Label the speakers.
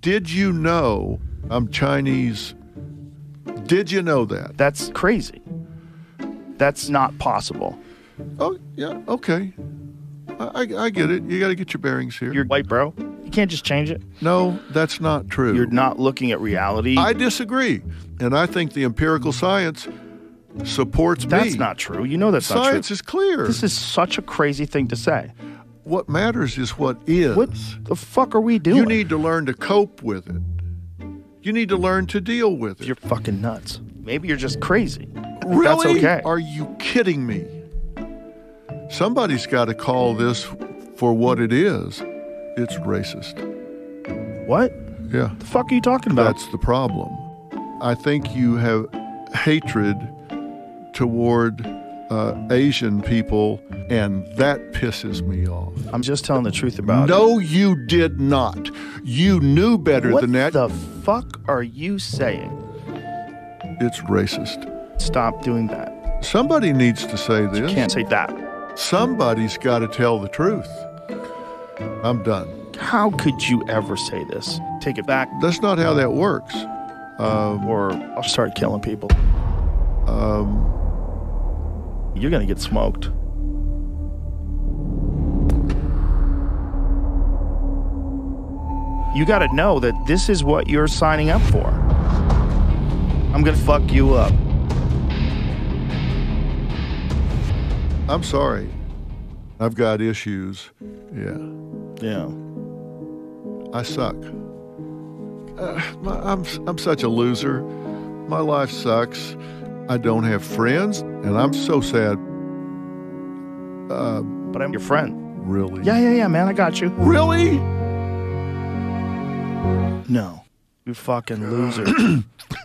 Speaker 1: Did you know I'm Chinese? Did you know that?
Speaker 2: That's crazy. That's not possible.
Speaker 1: Oh, yeah, okay. I, I, I get it. You got to get your bearings here.
Speaker 2: You're white, bro. You can't just change it.
Speaker 1: no, that's not true.
Speaker 2: You're not looking at reality.
Speaker 1: I disagree. And I think the empirical science supports me.
Speaker 2: that's not true. You know that's not
Speaker 1: Science
Speaker 2: true.
Speaker 1: is clear.
Speaker 2: This is such a crazy thing to say.
Speaker 1: what matters is what is.
Speaker 2: What the fuck are we doing?
Speaker 1: You need to learn to cope with it. You need to learn to deal with it.
Speaker 2: You're fucking nuts. Maybe you're just crazy. I think
Speaker 1: really?
Speaker 2: That's okay.
Speaker 1: Are you kidding me? Somebody's got to call this for what it is. It's racist.
Speaker 2: what
Speaker 1: Yeah,
Speaker 2: the fuck are you talking about?
Speaker 1: that's the problem. I think you have hatred toward uh, Asian people, and that pisses me off.
Speaker 2: I'm just telling the truth about it.
Speaker 1: No, you did not. You knew better
Speaker 2: What
Speaker 1: than that.
Speaker 2: the fuck are you saying?
Speaker 1: it's racist.
Speaker 2: Stop doing that.
Speaker 1: Somebody needs to say
Speaker 2: You
Speaker 1: this.
Speaker 2: can't say that.
Speaker 1: Somebody's got to tell the truth. I'm done.
Speaker 2: How could you ever say this? Take it back,
Speaker 1: That's not how that works.
Speaker 2: or I'll start killing people. Um, You're gonna get smoked. You gotta know that this is what you're signing up for. I'm gonna fuck you up.
Speaker 1: I'm sorry. I've got issues. Yeah.
Speaker 2: Yeah.
Speaker 1: I suck. Uh, my- I'm, I'm such a loser. My life sucks. I don't have friends, and I'm so sad,
Speaker 2: But I'm your friend.
Speaker 1: really.
Speaker 2: Yeah, yeah, yeah, man. I got you.
Speaker 1: Really?
Speaker 2: No. You fucking loser.